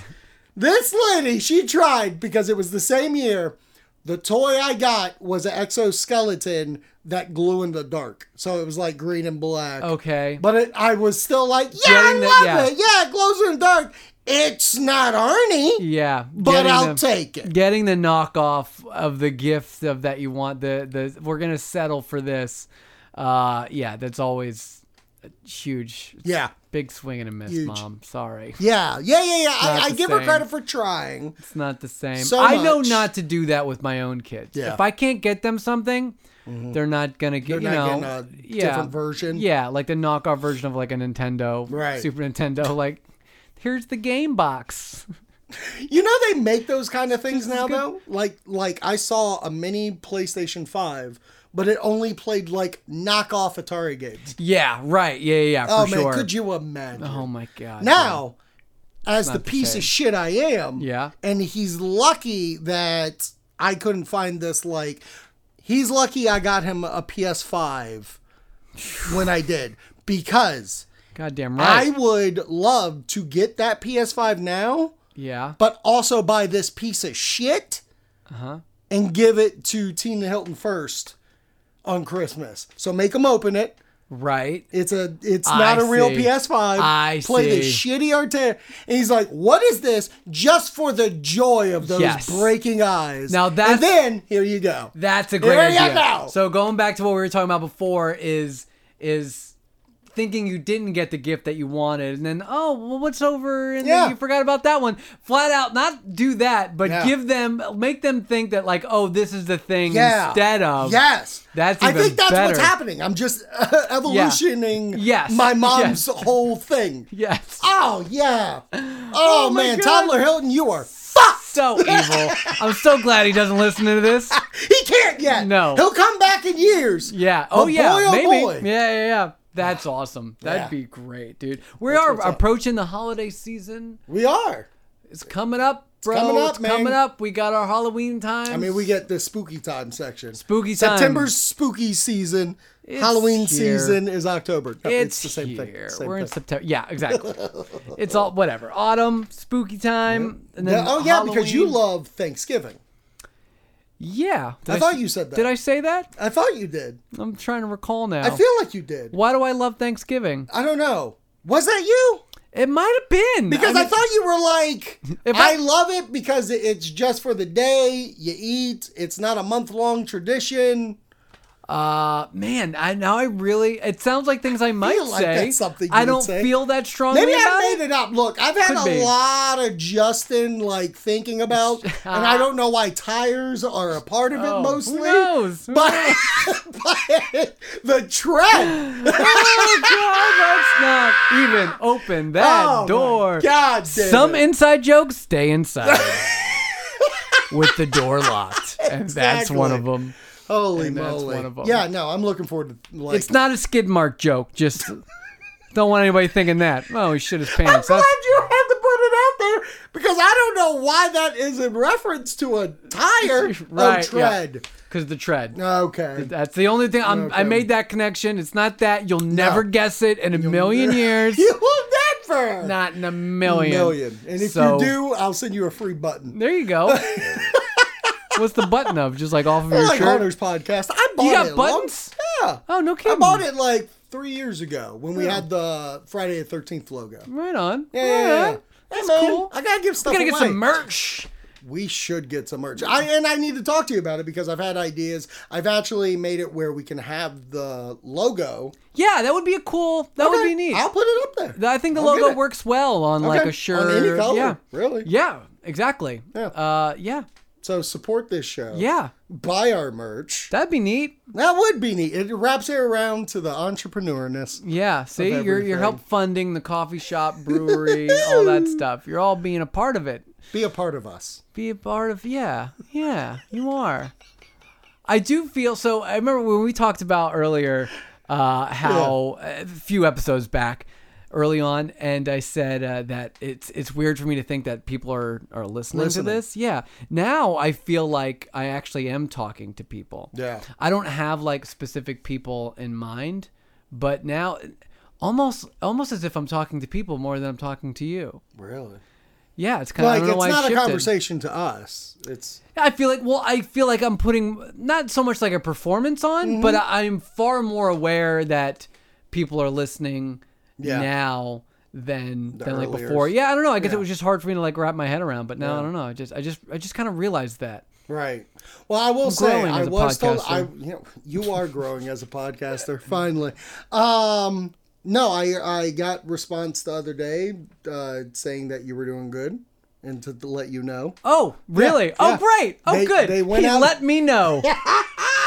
this lady she tried because it was the same year. The toy I got was an exoskeleton that glue in the dark, so it was like green and black. Okay. But it, I was still like, yeah, I Oh. Getting the- love yeah. it. Yeah, it glows in the dark. It's not Arnie, yeah. but getting I'll the, take it. Getting the knockoff of the gift of that you want. The the we're gonna settle for this. Uh, yeah. That's always a huge. Yeah. Big swing and a miss, Huge. mom. Sorry. Yeah, yeah, yeah, yeah. I, Not I the give her same. credit for trying. It's not the same. So I know much. not to do that with my own kids. Yeah. If I can't get them something, they're not gonna get. They're you not know, getting a yeah, different version. Yeah, like the knockoff version of like a Nintendo, Right. Super Nintendo. Like, here's the game box. You know they make those kind of things now good. though. Like like I saw a mini PlayStation 5, but it only played like knockoff Atari games. yeah, right. Yeah, yeah, yeah, Oh for man, sure. could you imagine? oh my god. now, as the the piece same. of shit I am, Yeah. and he's lucky that I couldn't find this like he's lucky I got him a PS5 when I did because Goddamn right. I would love to get that PS5 now. yeah. but also buy this piece of shit Uh-huh. and give it to Tina Hilton first on Christmas. So make them open it, Right. It's a it's I not a real see. PS5. I play the see. shitty Artea. And he's like, what is this? Just for the joy of those Yes. breaking eyes. Now And that's- then here you go. That's a great Here you idea. go. So going back to what we were talking about before is is thinking you didn't get the gift that you wanted, and then oh, well, what's over, and Yeah. then you forgot about that one. Flat out, not do that, but Yeah. give them, make them think that like, oh, this is the thing yeah. instead of Yes. That's I even think that's what's better. happening. I'm just uh, evolutioning Yes. my mom's Yes. whole thing. Yes. Oh yeah. Oh, my man, God. Toddler Hilton, you are So evil. I'm so glad he doesn't listen to this. he can't yet. No. He'll come back in years. Yeah. Oh But yeah. boy, oh, Maybe. boy. Yeah, yeah, yeah. That's awesome. That'd Yeah. be great, dude. We what's are up. approaching the holiday season. We are. It's coming up, bro. It's coming coming up, up, man. We got our Halloween time. I mean, we get the spooky time section. spooky time. September's spooky season. It's Halloween here. season is October. No, It's, it's, the same here. thing. Same We're in thing. September. Yeah, exactly. it's all whatever. Autumn, spooky time, and then Yeah, oh yeah, because you Halloween. love Thanksgiving. Yeah. Did I thought s- you said that. Did I say that? I thought you did. I'm trying to recall now. I feel like you did. Why do I love Thanksgiving? I don't know. Was that you? It might have been Because I, mean, thought you were like, If I, I- love it because it- it's just for the day. You eat. It's not a month long tradition. Uh, man, I now I really. It sounds like things I might feel like say. that's something you I would don't say. feel that strongly Maybe about I it. made it up. Look, I've had Could a be. lot of Justin like thinking about, and I don't know why tires are a part of it Oh, mostly. Who knows? Who But, but the trend. oh god, let's not even open that Oh, my door. God damn Some it. inside jokes stay inside. With the door locked. And that's one of Exactly. them. Holy And that's moly. one of 'em. Yeah, no, I'm looking forward to like. It's not a skid mark joke, just don't want anybody thinking that. Oh, he shit his I'm pants. glad That's- you had to put it out there because I don't know why that is in reference to a tire oh, Right, yeah. tread. Cause the tread. Okay. That's the only thing I'm, I Okay. made that connection. It's not that. You'll never guess it in a million years. You will never. not in a million. million. And if So- you do, I'll send you a free button. There you go. What's the button of? Just like off of your like shirt? Hunter's podcast. I bought You got it long- buttons? yeah. Oh, no I kidding. bought it like three years ago when we had the Friday the 13th logo. Right on. Yeah, right yeah, yeah. on. Hey, That's man, cool. I gotta give stuff We gotta get away. some merch. We should get some merch. I, and I need to talk to you about it because I've had ideas. I've actually made it where we can have the logo. Yeah, that would be a cool. That would Okay, be neat. I'll put it up there. I think the I'll get logo it. works well on like Okay. a shirt. On any color, Yeah. really. Yeah. Exactly. Yeah. Uh. Yeah. So support this show. Yeah. Buy our merch. That'd be neat. That would be neat. It wraps it around to the entrepreneurness. Yeah. See, you're you're everything. help funding the coffee shop, brewery, all that stuff. You're all being a part of it. Be a part of us. be a part of yeah yeah you are i do feel so i remember when we talked about earlier uh how a few episodes back early on and i said uh, that it's it's weird for me to think that people are are listening, Listening. to this yeah now i feel like i actually am talking to people Yeah. i don't have like specific people in mind but now almost almost as if i'm talking to people more than i'm talking to you Really? yeah it's kind Like of it's not a conversation conversation. to us. It's I feel like well, I feel like I'm putting not so much like a performance on, Mm-hmm. but I, I'm far more aware that people are listening Yeah. now than than like earlier. before. Yeah, I don't know. I guess Yeah. it was just hard for me to like wrap my head around, but now I don't know. I just I just I just kind of realized that. right. Well, I will say growing I as a was told podcaster. I you, know, you are growing as a podcaster finally. Um no, I I got response the other day uh, saying that you were doing good and to, let you know. Oh, really? oh, yeah. great. Oh, They- good. they went he out- let me know.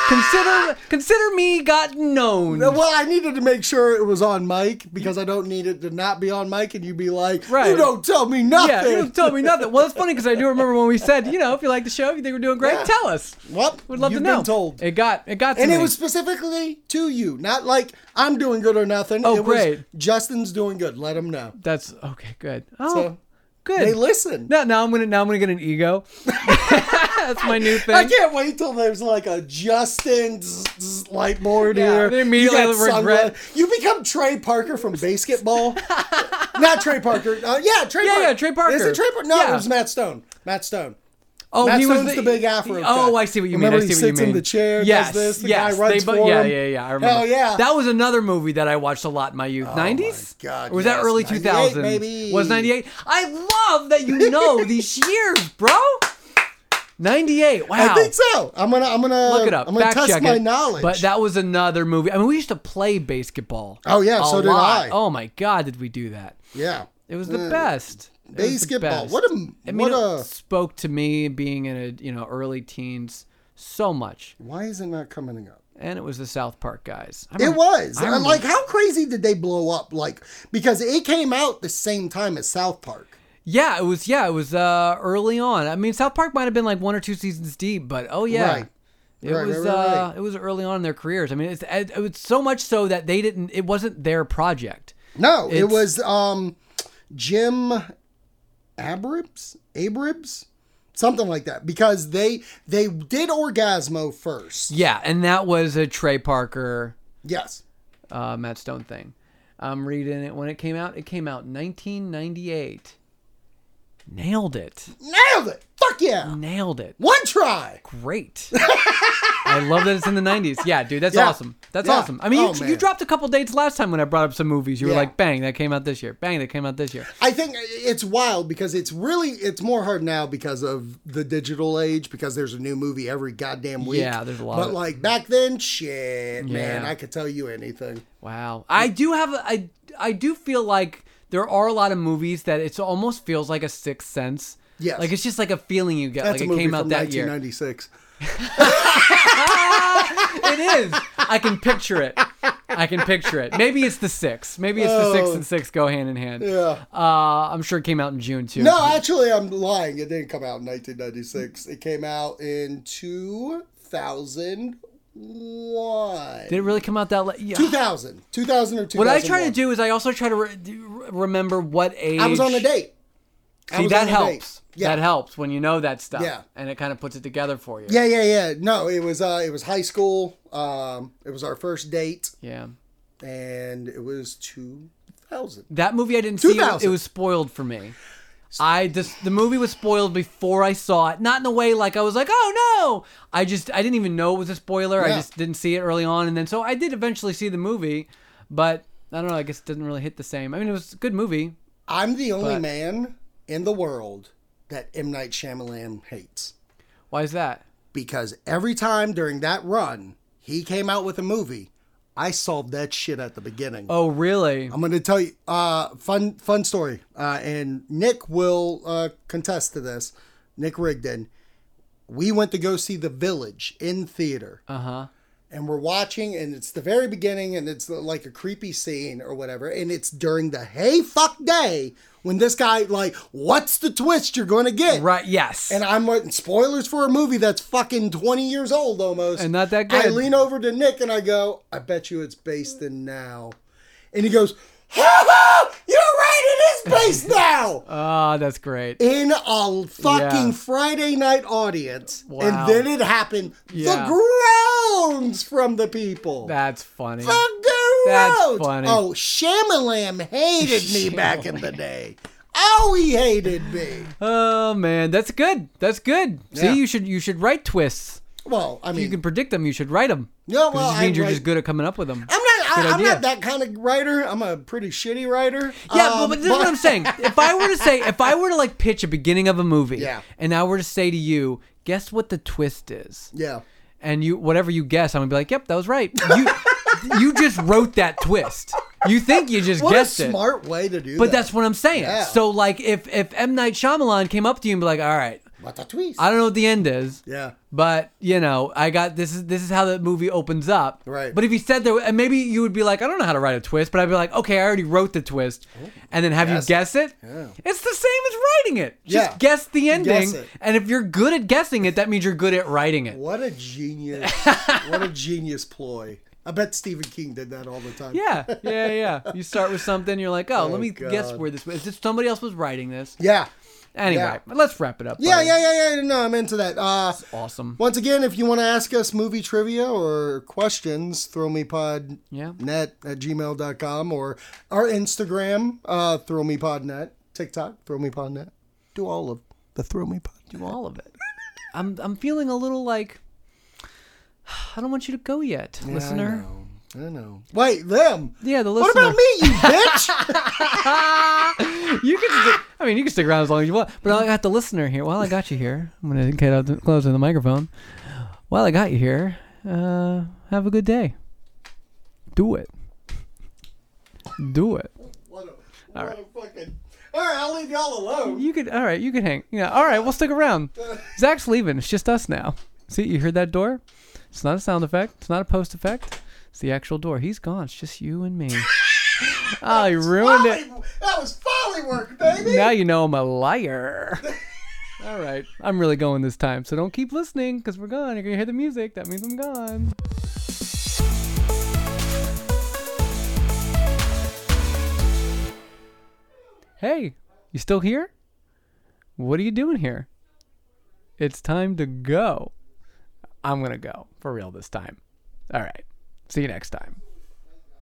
consider consider me got known. Well, I needed to make sure it was on mic because I don't need it to not be on mic and you be like, Right. you don't tell me yeah, nothing. you don't tell me nothing. Well, it's funny because I do remember when we said, you know, if you like the show, if you think we're doing great, Yeah. tell us. well, Would love you've to know. been told. It got it got to And me. it was specifically to you, not like I'm doing good or nothing. Oh, it was, great. Justin's doing good. Let him know. That's okay. Good. Oh, So, good. They listen. now, now I'm gonna now I'm gonna get an ego. That's my new I thing. can't wait till there's like a Justin zzz, zzz, light board Yeah, here. they immediately You got regret- sunglasses. You become Trey Parker from basketball. Not Trey Parker. Uh, yeah, Trey Yeah, Parker. yeah, Trey Parker. Is it Trey Parker? No, Yeah. it was Matt Stone. Matt Stone. Oh, Matt he was Stone's the, big Afro. Oh, guy. I see what you Remember mean. I see he what sits you mean. in the chair, Yes, does this. The yes. guy runs they, bu- for yeah, him. yeah, yeah. I remember. Hell yeah. Oh That was another movie that I watched a lot in my youth. Nineties? God, Or was that yes. early 98 2000s? maybe. Was ninety eight? I love that you know these years, bro. Ninety eight. Wow. I think so. I'm gonna I'm gonna Look it up. I'm gonna Fact test check my it. knowledge. But that was another movie. I mean, we used to play basketball. Oh, yeah, a so did lot. I. Oh my god, did we do that? yeah. It was the Uh, best. It was the basketball. best. What a- I mean, what it a- spoke to me being in a you know early teens so much, Why is it not coming up? and it was the South Park guys. I It remember- was. I And, remember- like how crazy did they blow up? Like because it came out the same time as South Park. yeah, it was yeah, it was uh, early on. I mean, South Park might have been like one or two seasons deep, but oh yeah. Right. It Right, was right, right, uh, it was early on in their careers. I mean, it's it, it was so much so that they didn't. It wasn't their project. No, it It's- was um Jim Abrams? Abrams? Something like that. Because they they did Orgasmo first. Yeah, and that was a Trey Parker, Yes. uh, Matt Stone thing. I'm reading it when it came out. It came out 1998. Nailed it. Nailed it! Fuck yeah! Nailed it. One try! Great. I love that it's in the 90s. Yeah, dude, that's Yeah. awesome. That's Yeah. awesome. I mean, Oh, you, you man. dropped a couple dates last time when I brought up some movies. You were Yeah. like, bang, that came out this year. Bang, that came out this year. I think it's wild because it's really it's more hard now because of the digital age because there's a new movie every goddamn week. Yeah, there's a lot But of- like back then, shit, man, Yeah. I could tell you anything. Wow. I do have a- I I do feel like there are a lot of movies that it's almost feels like a sixth sense. Yes. Like it's just like a feeling you get. That's a like it movie came out from that year. 1996. It is. I can picture it. I can picture it. Maybe it's the six. Maybe it's the six Oh. and six go hand in hand. Yeah. Uh, I'm sure it came out in June too. No, actually, I'm lying. It didn't come out in 1996. It came out in 2001. Did it really come out that late? Yeah. 2000, 2000 or 2001. What I try to do is I also try to re- do- remember what age. I was on a date. I See, was that on a date. helps. Yeah. That helps when you know that stuff. Yeah. And it kind of puts it together for you. Yeah, yeah, yeah. No, it was uh, it was high school. Um, it was our first date, Yeah. and it was 2000. That movie I didn't see. It, 2000. was spoiled for me. I just the movie was spoiled before I saw it. Not in a way like I was like, oh no. I just I didn't even know it was a spoiler. I Yeah. just didn't see it early on, and then so I did eventually see the movie, but I don't know. I guess it didn't really hit the same. I mean, it was a good movie. I'm the only But- man in the world that M Night Shyamalan hates. Why is that? because every time during that run he came out with a movie, I solved that shit at the beginning. Oh really? I'm going to tell you uh fun fun story. Uh and Nick will uh contest to this. Nick Rigdon. We went to go see The Village in theater Uh huh. and we're watching and it's the very beginning and it's uh, like a creepy scene or whatever and it's during the hey fuck day when this guy like what's the twist you're going to get? Right. Yes. And I'm writing spoilers for a movie that's fucking 20 years old almost. And not that I good. lean over to Nick and I go, I bet you it's based in now. And he goes, ha ha, You're right, it is based now! Ah, that's great. In a fucking Yeah. Friday night audience. Wow. And then it happened. Yeah. The groans from the people. That's funny. the groans! That's funny. Oh, Shamalam hated me back in the day. Oh, he hated me. Oh man, that's good. That's good. Yeah. See, you should you should write twists. Well, I mean, You can predict them. You should write them. Yeah, well, it just means I you're write- just good at coming up with them. I'm not. Good I, I'm idea. not that kind of writer. I'm a pretty shitty writer. Yeah, Um, but, but this is what I'm saying. If I were to say, if I were to like pitch a beginning of a movie, Yeah. and I were to say to you, guess what the twist is, Yeah, and you whatever you guess, I'm gonna be like, yep, that was right. You you just wrote that twist. You think you just what a guessed it. smart way to do. but that. that's what I'm saying. Yeah. So like, if if M Night Shyamalan came up to you and be like, all right, what a twist. I don't know what the end is. yeah, But you know, I got this is this is how the movie opens up. Right. But if you said there, and maybe you would be like, I don't know how to write a twist, but I'd be like, okay, I already wrote the twist, and then have you guess it. Oh, Yeah. It's the same as writing it. Just Yeah. guess the ending, it. and if you're good at guessing it, that means you're good at writing it. what a genius. what a genius ploy. I bet Stephen King did that all the time. Yeah, yeah, yeah. You start with something, you're like, oh, Oh, let me guess God. where this was. Is this somebody else was writing this? yeah, Anyway, Yeah. but let's wrap it up. yeah, buddy. yeah, yeah, yeah. No, I'm into that. Uh, Awesome. once again, if you want to ask us movie trivia or questions, throwmepodnet Yeah. net at gmail.com or our Instagram, uh, throwmepodnet, TikTok, throwmepodnet. Do all of the throwmepodnet. Do all of it. I'm I'm feeling a little like I don't want you to go yet, listener. I know. I know. Wait, them. Yeah, the What listener. about me, you bitch? You can. sti- I mean, you can stick around as long as you want. But I got the listener here. While I got you here, I'm gonna get out the, close to the microphone. While I got you here, uh, have a good day. Do it. Do it. what a, what a fucking. All right, I'll leave y'all alone. You could. All right. You could hang. Yeah. All right. We'll stick around. Zach's leaving. It's just us now. See, you heard that door? It's not a sound effect. It's not a post effect. It's the actual door. He's gone. It's just you and me. oh, you ruined it. Folly- That was folly work, baby. Now you know I'm a liar. All right, I'm really going this time, so don't keep listening because we're gone. You're gonna hear the music. That means I'm gone. Hey, you still here? What are you doing here? It's time to go. I'm gonna go for real this time. All right, see you next time.